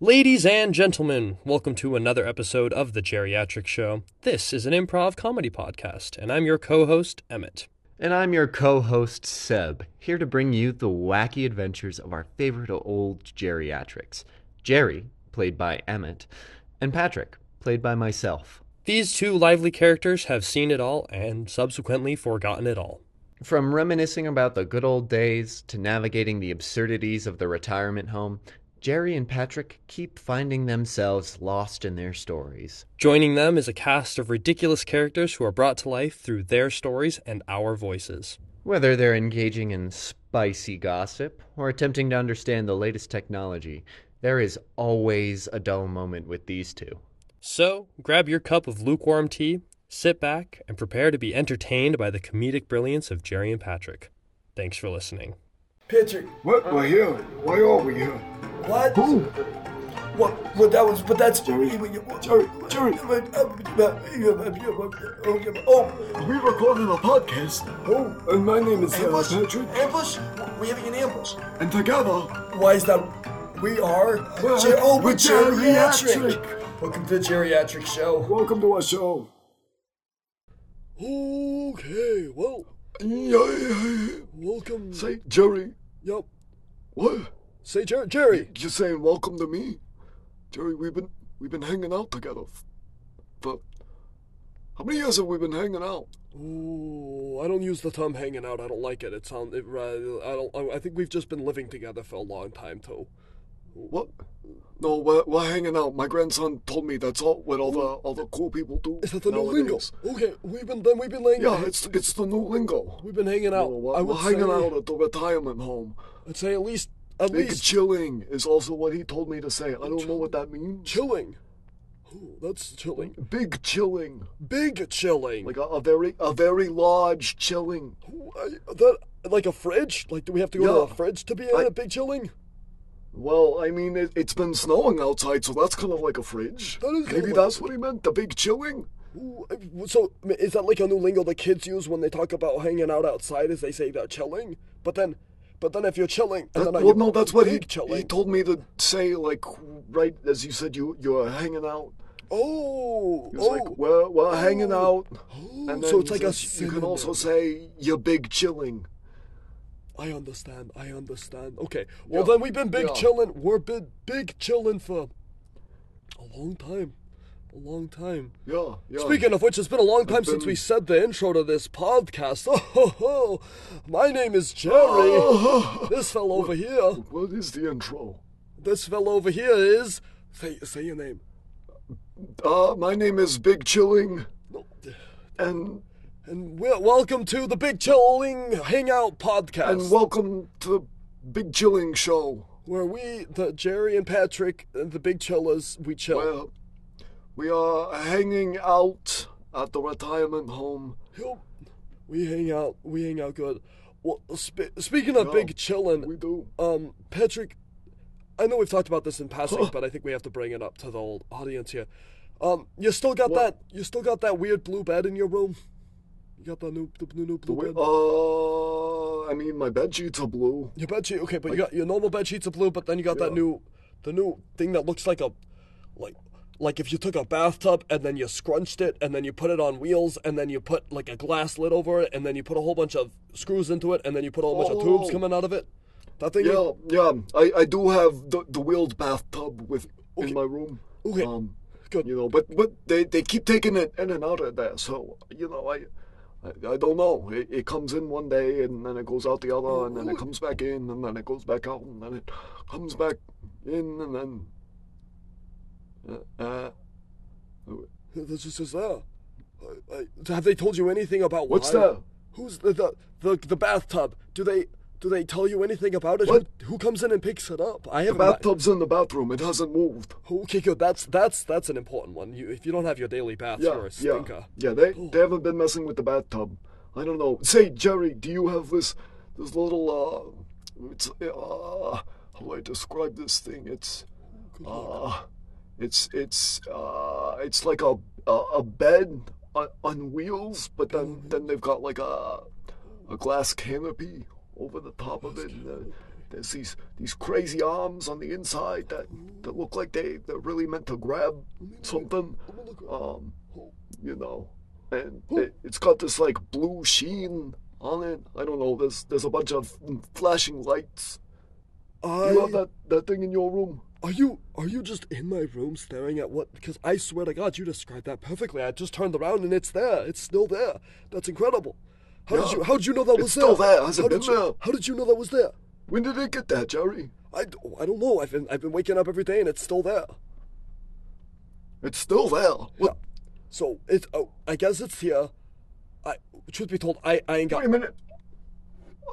Ladies and gentlemen, welcome to another episode of The Geriatric Show. This is an improv comedy podcast, and I'm your co host, Emmett. And I'm your co host, Seb, here to bring you the wacky adventures of our favorite old geriatrics Jerry, played by Emmett, and Patrick, played by myself. These two lively characters have seen it all and subsequently forgotten it all. From reminiscing about the good old days to navigating the absurdities of the retirement home, Jerry and Patrick keep finding themselves lost in their stories. Joining them is a cast of ridiculous characters who are brought to life through their stories and our voices. Whether they're engaging in spicy gossip or attempting to understand the latest technology, there is always a dull moment with these two. So, grab your cup of lukewarm tea, sit back, and prepare to be entertained by the comedic brilliance of Jerry and Patrick. Thanks for listening. Patrick, What we're here? Why are we here? what? Who? What? But that was, but that's Jerry. Jerry, Jerry. Oh, Are we recording a podcast? Oh, and my name is uh, ambush! Patrick, Ambush! We're having an ambush. and together Why is that? We are. We're- Jer- oh, we're we're geriatric. geriatric. Welcome to the geriatric show. welcome to our show. Okay, well, welcome. Say, Jerry, Yep. what? Say, Jer- Jerry. You're saying welcome to me, Jerry? We've been we've been hanging out together. f- For how many years have we been hanging out? Ooh, I don't use the term hanging out. I don't like it. It sounds. It, uh, I don't. I, I think we've just been living together for a long time too. What? No, we're, we're hanging out. My grandson told me that's all what all the all the cool people do. Is that the nowadays. new lingo? Okay, we've been then we've been laying. Yeah, it's it's the new lingo. we've been hanging No, out. we're, I we're would hanging say, out at the retirement home. I'd say at least at Big least chilling is also what he told me to say. I don't know what that means. chilling. Ooh, that's chilling. Big chilling, Big chilling. like a, a very a very large chilling. Ooh, I- that like a fridge. Like, do we have to go to Yeah. a fridge to be I- in a big chilling? Well, I mean, it, it's been snowing outside, so that's kind of like a fridge. That is kinda Maybe like- that's what he meant. The big chilling. Ooh, I- So I mean, is that like a new lingo the kids use when they talk about hanging out outside? Is they say they're chilling, but then, but then if you're chilling, and That- then now well, you're no, that's what he big chilling. he told me to say. Like right as you said, you you're hanging out. Oh, He was oh, like, we're we're hanging Oh. out. oh, And so then it's like you a. you can synonym. also say you're big chilling. I understand. I understand. Okay. Well, Yeah, then we've been big yeah. chilling. We're big big chilling for a long time, a long time. Yeah, yeah. Speaking of which, it's been a long time since been- we said the intro to this podcast. Oh, ho, ho. my name is Jerry. Oh, This fellow over here. what is the intro? This fellow over here is. Say, say your name. Uh, my name is Big Chilling, No. and And we welcome to the Big Chilling Hangout Podcast, and welcome to the Big Chilling Show, where we, the Jerry and Patrick, and the Big Chillers, we chill. where we are hanging out at the retirement home. Yup. we hang out. We hang out good. Well, spe- speaking of Yeah, Big Chillin', We do. um, Patrick, I know we've talked about this in passing, but I think we have to bring it up to the old audience here. Um, you still got What? that? You still got that weird blue bed in your room? You got the new, the new, new blue We, bed? uh, I mean, my bed sheets are blue. Your bed sheet, okay, but you got your normal bed sheets are blue, but then you got that Yeah. new, the new thing that looks like a, like, like if you took a bathtub and then you scrunched it and then you put it on wheels and then you put like a glass lid over it and then you put a whole bunch of screws into it and then you put a whole bunch of tubes Oh. coming out of it. That thing. Yeah, yeah. I, I do have the the wheeled bathtub with in my room. Okay. Um, Good. You know, but but they, they keep taking it in and out of there. So you know, I I, I don't know. It, it comes in one day and then it goes out the other, and then it comes back in, and then it goes back out, and then it comes back in, and then. Uh, uh, This is just there. I, I, have they told you anything about What's why? that? Who's the, the the the bathtub? Do they do they tell you anything about it? What? Who, who comes in and picks it up? I the have bathtub's in the bathroom. It hasn't moved. Okay, good. That's that's that's an important one. You, if you don't have your daily bath, you're Yeah, a yeah, stinker. yeah. They they haven't been messing with the bathtub. I don't know. Say, Jerry, do you have this this little uh, it's uh, how do I describe this thing? It's uh, it's it's uh, it's like a a, a bed on, on wheels, but then then they've got like a a glass canopy over the top of it, and, uh, There's these these crazy arms on the inside that that look like they they're really meant to grab something. Um, you know, and it, it's got this like blue sheen on it. I don't know. There's there's a bunch of flashing lights. I, You have that that thing in your room. Are you are you just in my room staring at what? Because I swear to God, you described that perfectly. I just turned around and it's there. It's still there. That's incredible. How did Yeah. you How did you know that was still there? there. Hasn't how been did you, there. How did you know that was there? When did it get there, Jerry? I, d- I don't know. I've been I've been waking up every day and it's still there. It's still there. What? So it oh, I guess it's here. I truth be told, I I ain't got. Wait a minute.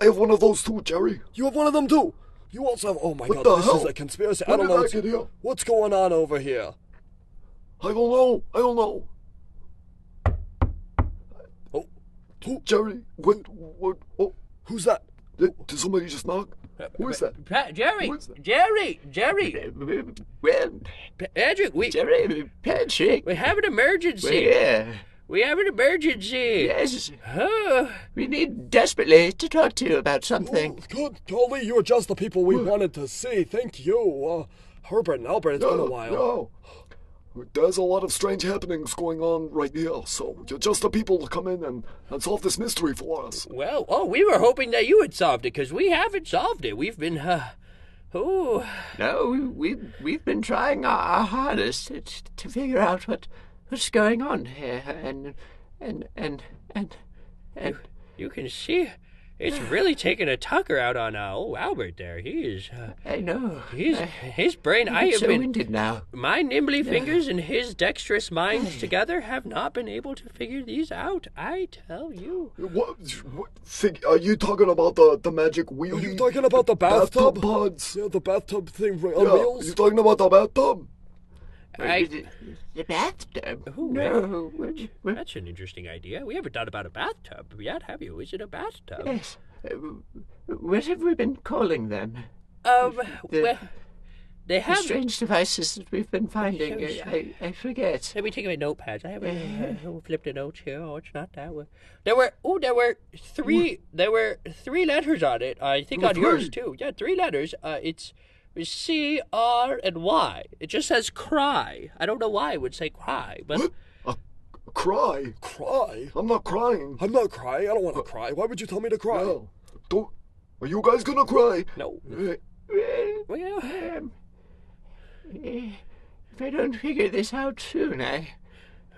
I have one of those too, Jerry. You have one of them too. You also have. Oh my God! What the This is hell? a conspiracy. I When don't did know I what's, get here? what's going on over here. I don't know. I don't know. Oh, who Jerry, what? What? Oh, who's that? did, did somebody just knock? Uh, Who is that? Pa- Jerry, What's that? Jerry, Jerry, Well, Pa- Patrick, we Jerry, Patrick. we have an emergency. Yeah. We have an emergency. Yes, Oh, we need desperately to talk to you about something. Oh, good golly, you're just the people we wanted to see. Thank you, uh, Herbert and Albert. It's been a No, while. No. There's a lot of strange happenings going on right here, so you're just the people to come in and, and solve this mystery for us. well, oh, we were hoping that you had solved it because we haven't solved it. We've been, uh, oh, No, we, we, we've been trying our, our hardest to, to figure out what, what's going on here. And, and, and, and, and, you can see, it's really taking a tucker out on uh, old Albert there. He is, uh, I know. he's, I- his brain. I I'm have so been. winded now. My nimbly fingers and his dexterous minds together have not been able to figure these out. I tell you. What? what fig- are you talking about the, the magic wheel? Are you talking about the bathtub? bathtub pods? Yeah, the bathtub thing ri- on Yeah, wheels. you talking about the bathtub? I- Uh, the, the bathtub. Ooh, no. we- we- That's an interesting idea. We haven't thought about a bathtub yet, have you? Is it a bathtub? Yes. Uh, What have we been calling them? Um, The- well, they The have. strange devices that we've been finding. so I, I, I forget. Let me take my notepads. I have a, uh, flipped the notes here. Oh, it's not that one. There were oh, there were three. There were three letters on it. I think on yours too. Yeah, three letters. Uh, it's C R and Y. It just says cry. I don't know why it would say cry, but Cry? Cry? I'm not crying. I'm not crying. I don't Uh, want to cry. Why would you tell me to cry? No. Don't. Are you guys gonna cry? no. Eh, Well, Um, eh, if I don't figure this out soon, I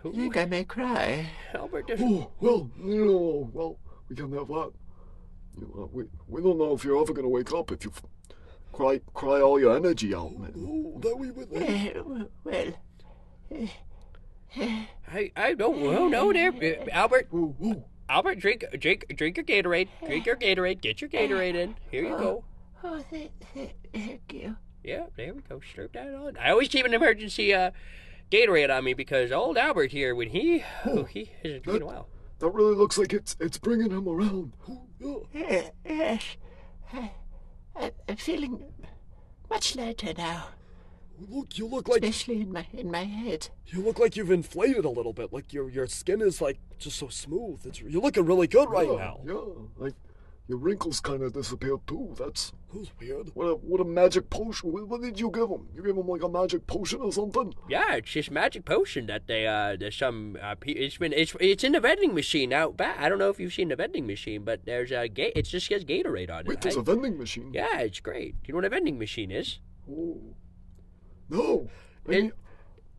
think I may cry. Albert. Oh, well, you know, well, we can have that. You know, we, we don't know if you're ever gonna wake up if you f- cry cry all your energy out, man. Oh, there we went. there. Eh, w- well, I I don't oh, know there, uh, Albert. Ooh, ooh. Albert, drink, drink, drink your Gatorade. Drink your Gatorade. Get your Gatorade in. Here you go. oh, th- th- thank you. Yeah, there we go. Slurp that on. I always keep an emergency uh, Gatorade on me because old Albert here, when he, oh, he hasn't been a while. That really looks like it's it's bringing him around. Eh, yes, I, I'm feeling much lighter now, Look, you look like especially in my in my head. you look like you've inflated a little bit. Like your your skin is like just so smooth. It's you're looking really good right yeah, now. yeah, like your wrinkles kind of disappeared too. That's Who's weird? what a what a magic potion. What, what did you give him? You gave him like a magic potion or something? Yeah, it's this magic potion that they, uh, there's some, uh, pe- it's been, it's, it's in the vending machine out back. I don't know if you've seen the vending machine, but there's a gate, it just says Gatorade on it. Wait, there's I- a vending machine. yeah, it's great. Do you know what a vending machine is? Oh. No. I It- mean,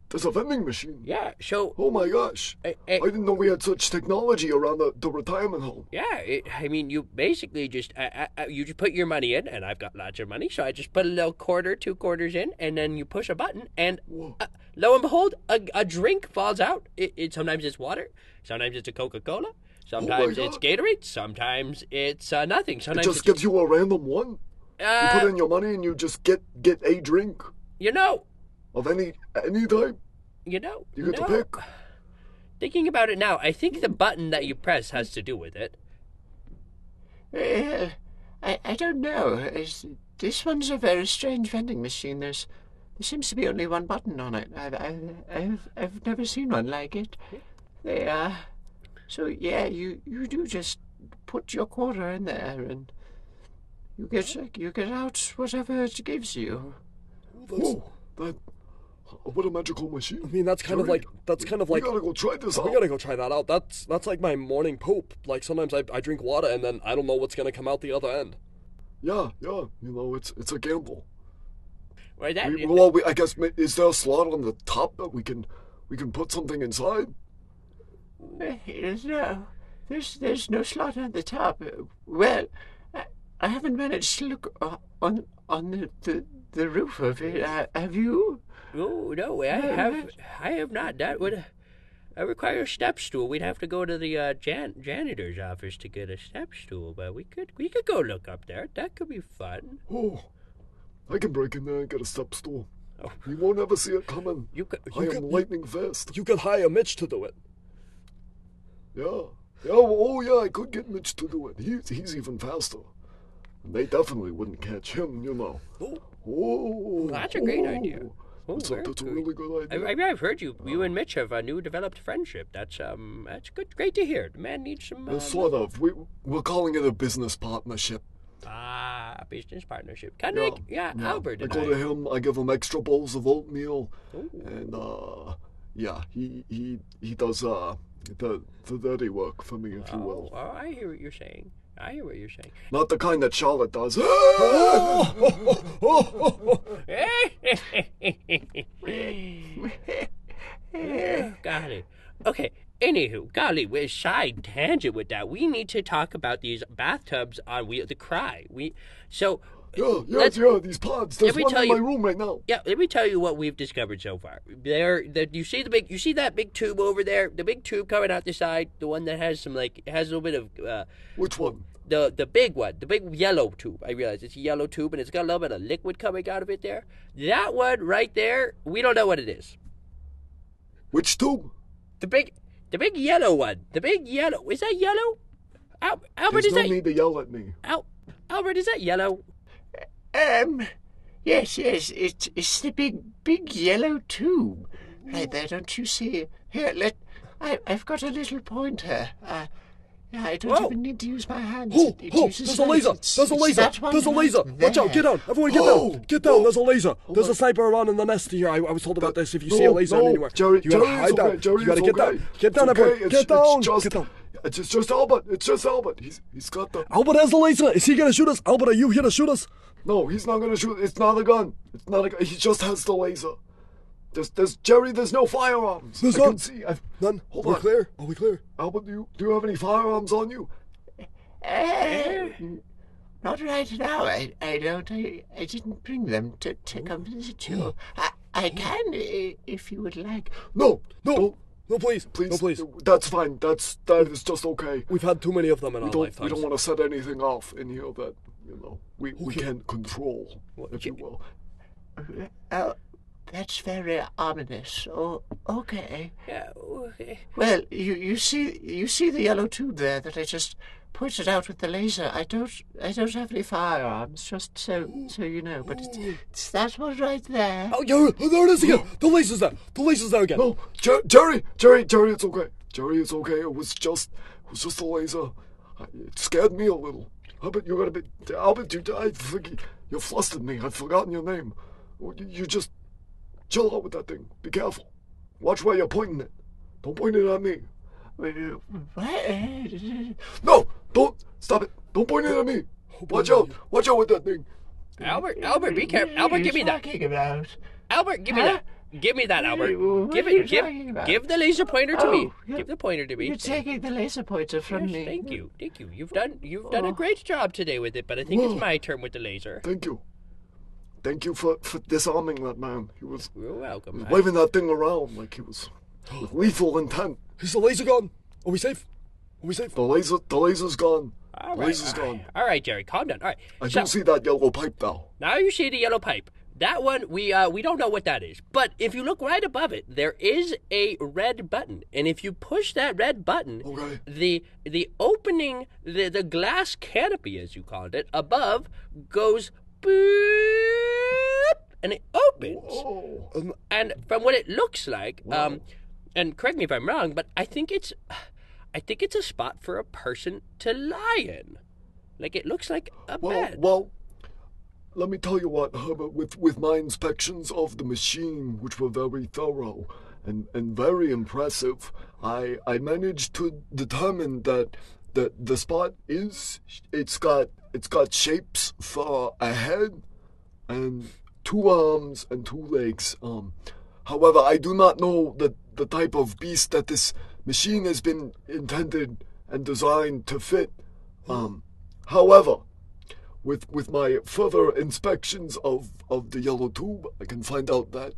there's a vending machine. Yeah, so, eh, Oh my gosh. I- I I- didn't know we had such technology around the, the retirement home. Yeah, it, I mean, you basically just I, I, I- you just put your money in, and I've got lots of money, so I just put a little quarter, two quarters in, and then you push a button, and uh, lo and behold, a, a drink falls out. It, it sometimes it's water, sometimes it's a Coca Cola, sometimes it's Oh God. Gatorade, sometimes it's uh, nothing. It Sometimes just it's, gives you a random one. You uh, put in your money and you just get get a drink you know, of any any type. you know, You get no. to pick. Thinking about it now, I think the button that you press has to do with it. Eh, I, I don't know. It's, this one's a very strange vending machine. There's, there seems to be only one button on it. I've, I've, I've, I've never seen one like it. They are. So yeah, you, you do just put your quarter in there and You get you get out whatever it gives you. Whoa, that. What a magical machine. I mean, that's kind of like that's kind of like we gotta go try this out. we gotta go try that out. That's that's like my morning poop. Like sometimes I, I drink water and then I don't know what's gonna come out the other end. Yeah, yeah. You know, it's it's a gamble. Well, that, We, well, we, I guess ma- is there a slot on the top that we can we can put something inside? Eh, No, there's there's no slot on the top. Uh, Well, I, I haven't managed to look o- on on the the, the roof of it. Uh, have you? oh no, I have I have not. That would I require a step stool. We'd have to go to the uh, jan- janitor's office to get a step stool, but we could we could go look up there. That could be fun. Oh, I can break in there and get a step stool. You won't ever see it coming. Oh. You could I am lightning fast. You could hire Mitch to do it. Yeah. Yeah. well, oh, yeah. I could get Mitch to do it. He's he's even faster. And they definitely wouldn't catch him. You know. Oh. Oh, that's a great idea. oh. Oh, That's, a, very that's a good. really good I, idea. I mean, I've heard you. You and Mitch have a new developed friendship. That's um, that's good. Great to hear. The man needs some. Uh, Uh, sort of. We we're calling it a business partnership. ah, business partnership. Kind of like yeah, Albert I and go to I. him. I give him extra bowls of oatmeal, and uh, yeah, he he he does uh the the dirty work for me, if you Oh, will. oh, I hear what you're saying. I hear what you're saying. Not the kind that Charlotte does. golly. Okay. Anywho, golly, we're side tangent with that. We need to talk about these bathtubs on wheel the cry. We so yeah, yeah, Let's- yeah. These pods. There's me one tell in my you- room right now. yeah, let me tell you what we've discovered so far. There that you see the big you see that big tube over there, the big tube coming out the side, the one that has some like has a little bit of uh Which one? the the big one, the big yellow tube. I realize it's a yellow tube and it's got a little bit of liquid coming out of it there. That one right there, we don't know what it is. Which tube? The big the big yellow one. The big yellow. Is that yellow? Al- Albert There's is no that need to yell at me. Al- Albert is that yellow? Um, yes, yes, it's it's the big big yellow tube, right there. Don't you see? Here, let I I've got a little pointer. Uh, I don't Whoa. even need to use my hands. Oh, It- it oh, uses there's a those. laser! It's- There's a it's laser! that one There's a right laser! Watch out! there. Get down! Everyone, get Oh, down! Get down! There's a laser! There's my- a sniper around in the nest here. I, I was told about this. If you see a No, laser no, anywhere, Jerry, you gotta Jerry, hide it's down. okay, Jerry, you gotta it's get okay. down! Get It's down, okay, everyone! It's, get down! It's just, get down! It's just, just Albert. It's just Albert. He's he's got the. Albert has the laser! Is he gonna shoot us? Albert, are you here to shoot us? No, he's not gonna shoot. It's not a gun. It's not a gun. He just has the laser. There's, there's Jerry. There's no firearms. There's I can none. see. I've, None. Hold We're on. clear. Are we clear? Albert, do you, do you have any firearms on you? Uh, not right now. I, I don't. I, I didn't bring them to, to come visit you. I, I can i- if you would like. No, No. don't. No, please. please, No, please. That's fine. That's that is just okay. We've had too many of them in We our don't, we lifetimes. don't want to set anything off in here that you know we, we can't control, if you will. Oh, that's very ominous. Oh, okay. Yeah. okay. Well, you, you see you see the yellow tube there that I just pointed out with the laser. I don't I don't have any firearms. Just so so you know. But it's, it's that one right there. Oh, yeah, oh, there it is again. The laser's there. The laser's there again. No, Jer- Jerry, Jerry, Jerry, it's okay. Jerry, it's okay. It was just, it was just a laser. I- It scared me a little. Albert, you got a bit. Albert, you, I think you- you flustered me. I've forgotten your name. Well, You, you just chill out with that thing. Be careful. Watch where you're pointing it. Don't point it at me. What? No, don't stop it. Don't point it at me. Watch out. Watch out with that thing. Albert, Albert, be careful. Albert, give me What are you that. talking about? Albert, give me Huh? that. Give me that, Albert. What Give are you it. Give. talking about? Give the laser pointer to me. Oh, yeah. Give the pointer to me. You're Thank- taking the laser pointer from yes, me. Oh. Thank you. Thank you. You've done. You've done a great job today with it, but I think it's my turn with the laser. Thank you. Thank you for, for disarming that man. He was You're welcome. I- waving that thing around like he was with lethal intent. Is the laser gone? Are we safe? Are we safe? The laser, the laser's gone. all The right. laser's all right. gone. All right, Jerry, calm down. All right. I so, do see that yellow pipe now. Now you see the yellow pipe. That one we uh, we don't know what that is. But if you look right above it, there is a red button, and if you push that red button, Okay. the the opening the the glass canopy, as you called it, above goes boop, and it opens. Um, Oh, And from what it looks like, um, and correct me if I'm wrong, but I think it's I think it's a spot for a person to lie in. Like it looks like a Well, bed. well, let me tell you what, Herbert. With with my inspections of the machine, which were very thorough and and very impressive, I I managed to determine that that the spot is it's got it's got shapes for a head and two arms and two legs. Um, however, I do not know the the type of beast that this machine has been intended and designed to fit. Um, however, with with my further inspections of of the yellow tube, I can find out that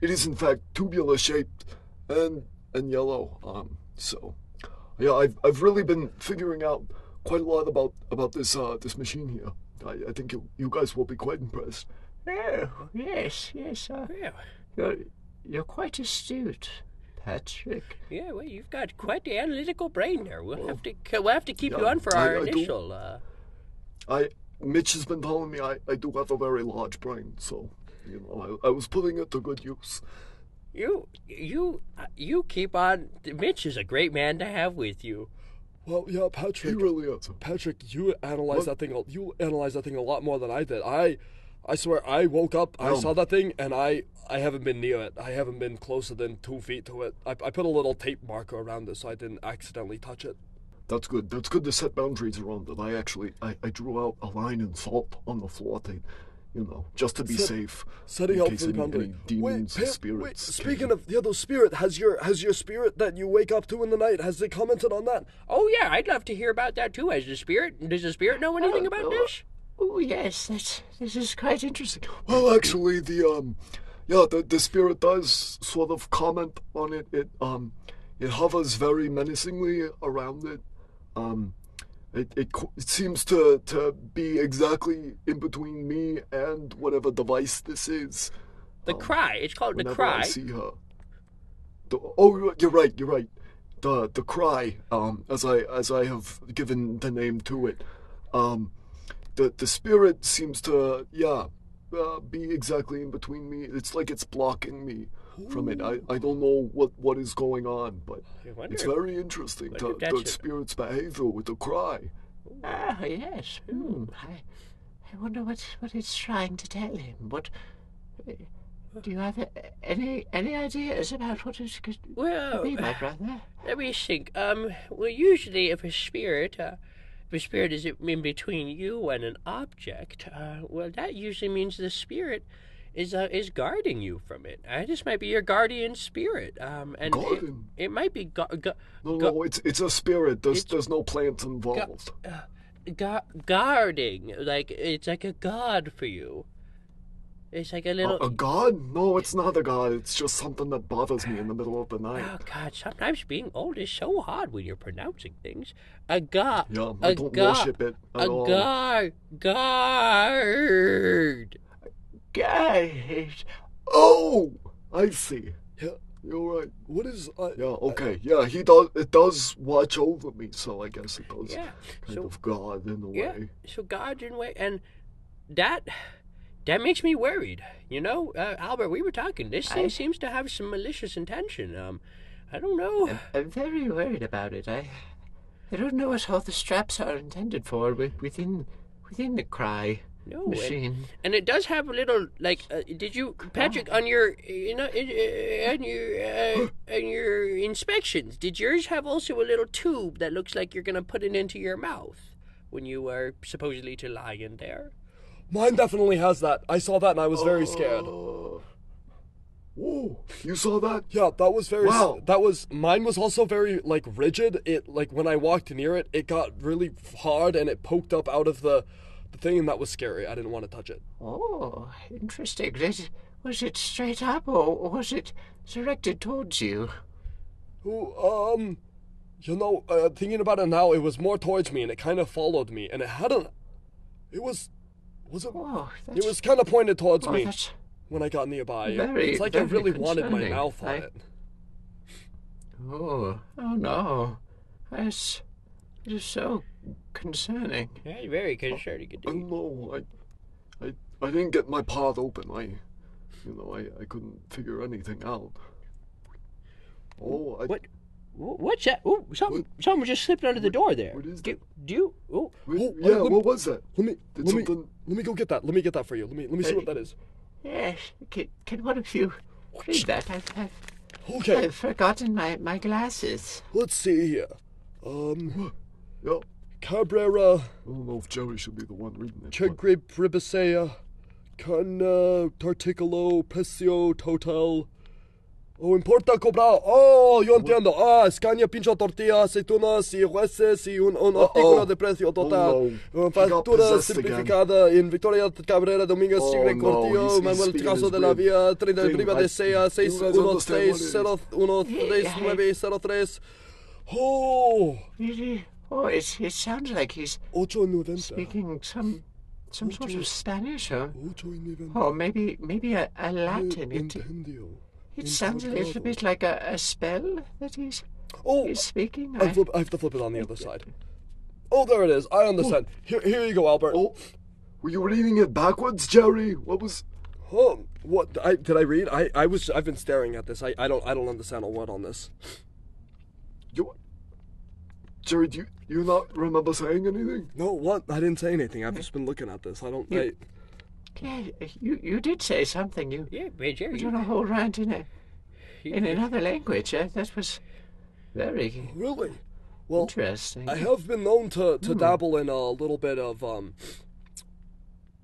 it is in fact tubular shaped and and yellow. Um, so yeah, I've I've really been figuring out quite a lot about about this uh this machine here. I, I think you you guys will be quite impressed. Oh, yes, yes. Uh, yeah, you're, you're quite astute, Patrick. yeah. Well, you've got quite the analytical brain there. We'll have to we'll have to keep you Oh. yeah, on for I- our I do- initial. Uh, I Mitch has been telling me I, I do have a very large brain, so you know I, I was putting it to good use. you you you keep on. Mitch is a great man to have with you. Well, yeah, He Patrick. really is. Patrick, you analyzed that thing. a- You analyzed that thing a lot more than I did. I, I swear, I woke up, Oh. I saw that thing, and I, I haven't been near it. I haven't been closer than two feet to it. I, I put a little tape marker around it so I didn't accidentally touch it. That's good. That's good to set boundaries around it. I actually I, I drew out a line in salt on the floor thing, you know, just to be Set- safe. Setting in out case for the any, any boundary. demons Pip, or spirits. wait, came. speaking of the other spirit, has your has your spirit that you wake up to in the night has it commented on that? Oh yeah, I'd love to hear about that too. As the spirit, does the spirit know anything about this? Oh, yes, that's, this is quite interesting. Well, actually, the um, yeah, the, the spirit does sort of comment on it. It um, it hovers very menacingly around it. Um, it it, co- it seems to to be exactly in between me and whatever device this is. The cry. It's called Oh. the Whenever I cry. see her. The, oh, you're- you're right. You're right. The the cry. Um, as I as I have given the name to it. Um, the the spirit seems to yeah, uh, be exactly in between me. It's like it's blocking me from it. I, I don't know what what is going on, but I wonder it's if- very interesting. wonder The, if the that's it. spirit's behavior with the cry. Ah, yes. Hmm. I, I wonder what, what it's trying to tell him. What do you have a- any any ideas about what it could Well, be, my brother? Let me think. Um, well, usually if a spirit, uh, if a spirit is in between you and an object, uh, well, that usually means the spirit is uh, is guarding you from it. Uh, this might be your guardian spirit. Um, and it- Guardian? It, might be gu- gu- No, gu- no, it's it's a spirit. There's there's no plants involved. gu- guarding. Like it's like a god for you. It's like a little. A, a god? No, it's not a god. It's just something that bothers me in the middle of the Oh night. God! Sometimes being old is so hard when you're pronouncing things. A god, Yeah, I a don't god, worship it at a all. guard, guard. Guys, Oh, I see. Yeah. You're right. What is? Uh, Yeah, okay. Yeah, he does. It does watch over me, so I guess it does Yeah. kind So of god in a yeah. way. So God's in way, and that that makes me worried. You know, uh, Albert, we were talking. This thing I- seems to have some malicious intention. Um, I don't know. I'm, I'm very worried about it. I I don't know what all the straps are intended for wi- within within the cry no. and- machine. Oh. And it does have a little like. Uh, did you, Patrick, on your you know in, uh, on your uh, on your inspections? Did yours have also a little tube that looks like you're gonna put it into your mouth when you are supposedly to lie in there? mine definitely has that. I saw that and I was Oh. very scared. Uh, Whoa, you saw that? Yeah, that was very. Wow. That was mine. Was also very like rigid. It like when I walked near it, it got really hard and it poked up out of the, the thing, and that was scary. I didn't want to touch it. Oh, interesting. Did, was it straight up or or was it directed towards you? Who um, you know, uh, thinking about it now, it was more towards me, and it kind of followed me, and it had an. It was, was it? Oh, that's It was kind of pointed towards oh, me that's when I got nearby. It- very, it's like I very really wanted my concerning. mouth on I- it. Oh, oh no. That's, it is so concerning. Yeah, very concerning. I don't know. Oh, I, I, I didn't get my path open. I, you know, I, I couldn't figure anything out. Oh, I, What Wh- What's that? Ooh, something, something just slipped under the door there. what is do, do you? Ooh, Wait, Oh, yeah, oh, let- what was that? Let me Did let me, something- let me go get that. Let me get that for you. Let me let me see what that is. Yes, can, can one of you read that? I've, I've, Okay, I've forgotten my, my glasses. let's see here. Um, Yeah. Cabrera, I don't know if Jerry should be the one reading it. but- Chegrape Ribisea, Cana, Tarticolo, Precio, Total. Oh, importa cobrar. Oh, yo entiendo. Ah, escaña, pincho, tortilla, aceitunas y jueces y un, un artículo de precio Oh, total. no. Uh, He got Factura possessed again. simplificada en Victoria Cabrera Domínguez Oh, Sigre no, he's- Cortillo, he's Manuel speaking Caso his de la weird Vía, Trinidad thing. Priva I- de Sea, you guys understand what it 616 is. 0903 Oh, Really? Oh, it, it sounds like he's ocho y noventa. speaking some some sort of Spanish or, Ocho y noventa. Eh, or maybe maybe a, a Latin. It, Entendido. it sounds a little bit like a, a spell that he's, Oh, he's speaking. I, I, flip, I have to flip it on the other side. Oh, there it is. I understand. Oh. Here, here you go, Albert. Oh, were you reading it backwards, Jerry? What was? Oh, what? I, did I read? I, I was. I've been staring at this. I, I don't. I don't understand a word on this. You, Jerry, do you, you not remember saying anything? No, what? I didn't say anything. I've just been looking at this. I don't. I, yeah, you, you did say something. You yeah, man, Jerry. put on a whole rant in, a, in another language. Uh, that was very really? Well, interesting. Hmm. I have been known to, to dabble in a little bit of um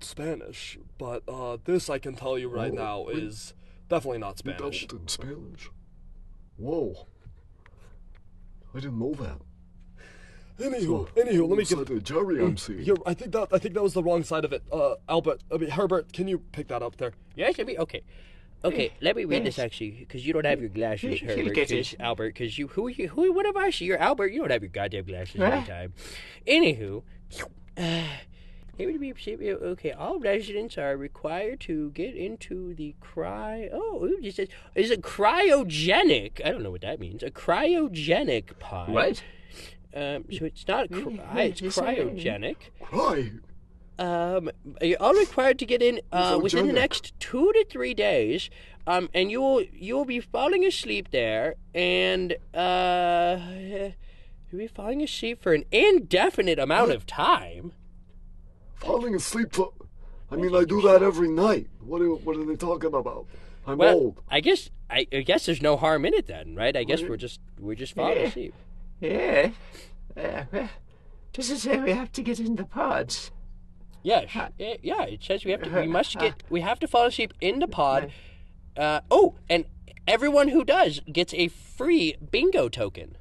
Spanish, but uh, this I can tell you right Oh, now is definitely not Spanish. Doubled in Spanish. Whoa. I didn't know that. Anywho, anywho, let me Mm, give Inside the Jerry I'm seeing. You're, I think that I think that was the wrong side of it. Uh, Albert, I mean Herbert, can you pick that up there? Yes, let me. Okay, okay. Let me read this actually, because you don't have your glasses, He'll Herbert, get it. 'cause Albert, because you who you who what am I? You're Albert. You don't have your goddamn glasses all the time. Anywho. It would be okay. All residents are required to get into the cry. Oh, it just says is a cryogenic. I don't know what that means. A cryogenic pod. What? Um, so it's not cry. Really? it's Is it? cryogenic. Cry. Um, you're all required to get in uh, So within the Jonah- next two to three days. Um, and you will you will be falling asleep there, and uh, you'll be falling asleep for an indefinite amount of time. Falling asleep for. I mean, I do that every night. What are, what are they talking about? I'm Well, old. I guess I, I guess there's no harm in it then, right? I guess we're just we're just falling Yeah. asleep. Yeah. Uh, well, does it say we have to get in the pods? Yes, Eh, yeah. It says we have to we must get we have to fall asleep in the pod. Uh, oh, and everyone who does gets a free bingo token.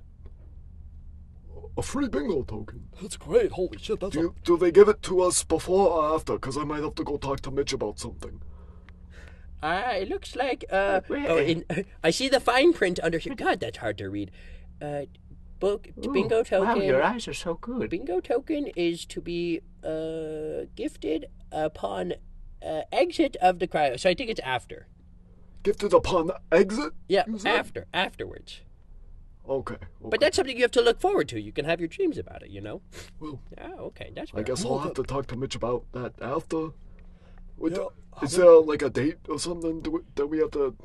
A free bingo token. That's great. Holy shit, that's Do, a, you, do they give it to us before or after? Because I might have to go talk to Mitch about something. Ah, it looks like uh, Wait. oh, in, I see the fine print under here. God, that's hard to read. Uh, book bingo Ooh, Wow, token. your eyes are so good. Bingo token is to be uh, gifted upon uh, exit of the cryo. So I think it's after. Gifted upon exit? Yeah, You said? after afterwards. Okay. okay. But that's something you have to look forward to. You can have your dreams about it. You know. Well, Oh, okay, that's. I fair. guess I'll have to talk to Mitch about that after. Would- Yeah, is there like a date or something do we, that we have to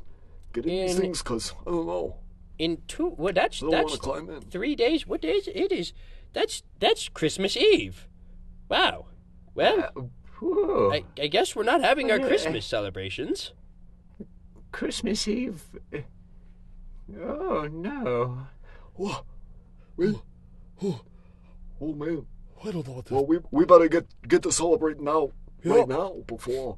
get in these In- things? Because I don't know. In two. Well, that's I don't want that's to climb in. three days. What day is it? It is? That's that's Christmas Eve. Wow. Well. Whoa. I, I guess we're not having our Christmas celebrations. Christmas Eve. Uh, Oh, no. Whoa. Wait. Oh, oh, man. I don't know what this. Well, we, we better get, get to celebrate now. Yeah. Right now, before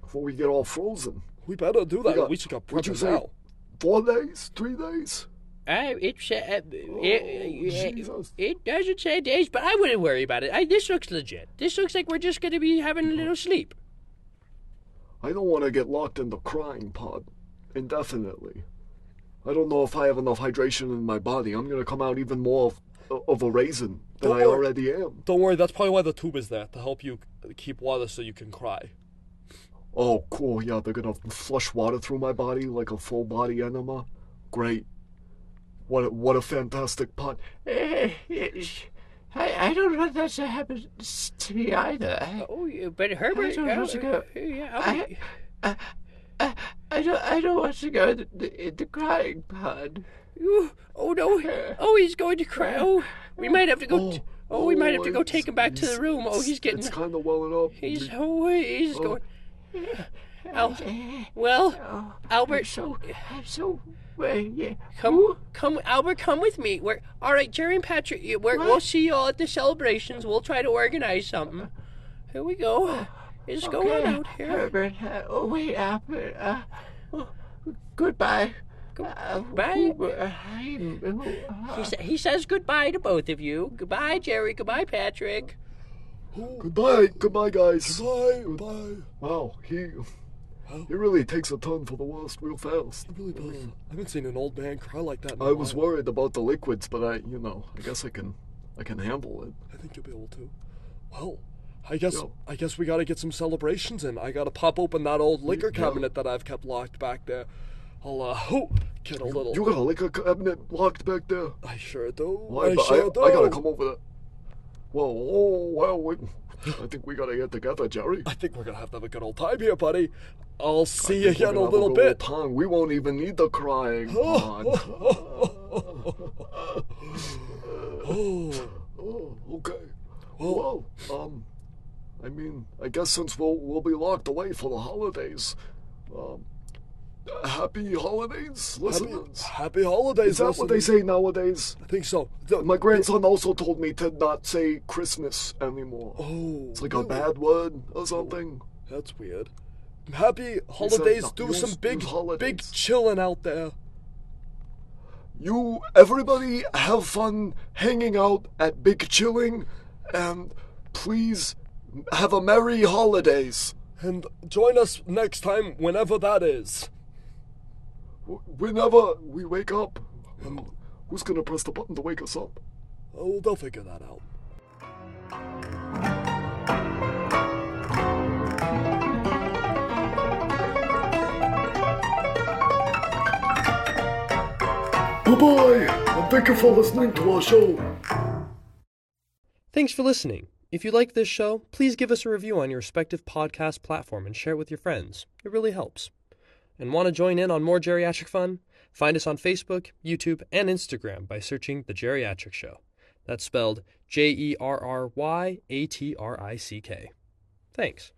before we get all frozen. We better do that. Yeah, We should get what'd you prepping say? now. Four days? Three days? I, it, sa- uh, Oh, it, Jesus. it doesn't say days, but I wouldn't worry about it. I, this looks legit. This looks like we're just going to be having Mm-hmm. a little sleep. I don't want to get locked in the crying pod indefinitely. I don't know if I have enough hydration in my body. I'm going to come out even more of, of a raisin than Don't I worry. already am. Don't worry. That's probably why the tube is there to help you keep water so you can cry. Oh, cool. Yeah, they're going to flush water through my body like a full body enema. Great. What a, what a fantastic pod. Eh, eh, I, I don't want that to happen s- to me either. I, Oh, yeah, but Herbert, don't know uh, what to go. yeah, I'll be- uh, I, I, I, I I don't. I don't want to go in the, in the crying pod. Ooh, oh no! Oh, he's going to cry. Oh, we might have to go. t- oh, we might have to go take him back to the room. Oh, he's getting. It's kind of welling up. He's oh, he's going. Al, well, Albert, So Oh, I'm so. Well, yeah. come, come, Albert, come with me. We're all right, Jerry and Patrick. you- We're, we'll see you all at the celebrations. We'll try to organize something. Here we go. It's going Okay, out here. Herbert. Uh, oh wait, Albert. Uh, oh, goodbye. Uh, Goodbye. He, sa- he says goodbye to both of you. Goodbye, Jerry. Goodbye, Patrick. Goodbye, goodbye, guys. Bye, bye. Wow, he he really takes a ton for the worst real fast. Really does. I haven't seen an old man cry like that. In a I was while. worried about the liquids, but I, you know, I guess I can, I can handle it. I think you'll be able to. Well, I guess Yo. I guess we got to get some celebrations in. I got to pop open that old liquor cabinet that I've kept locked back there. I'll uh, hoo, get a little. You got a liquor cabinet locked back there. I sure do. Why? I but sure I, I gotta do. come over there. Whoa, oh, well, we, I think we gotta get together, Jerry. I think we're gonna have to have a good old time here, buddy. I'll see you We're here in gonna a have little good bit. old time. We won't even need the crying. pod. Oh, okay. Well, um, I mean, I guess since we'll we'll be locked away for the holidays, um, uh, happy holidays, Happy, listeners. happy holidays. Is that what they listeners. say nowadays? I think so. The- My grandson also told me to not say Christmas anymore. oh, It's like a bad word or something. That's weird. Happy holidays. not Do yours, some big, yours holidays. big chilling out there. You, everybody, have fun hanging out at Big Chilling, and please have a merry holidays. And join us next time, whenever that is. W- Whenever we wake up, um, who's gonna press the button to wake us up? Oh, they'll figure that out. Bye bye, and thank you for listening to our show. Thanks for listening. If you like this show, please give us a review on your respective podcast platform and share it with your friends. It really helps. And want to join in on more geriatric fun? Find us on Facebook, YouTube, and Instagram by searching The Geriatric Show. That's spelled J E R R Y A T R I C K. Thanks.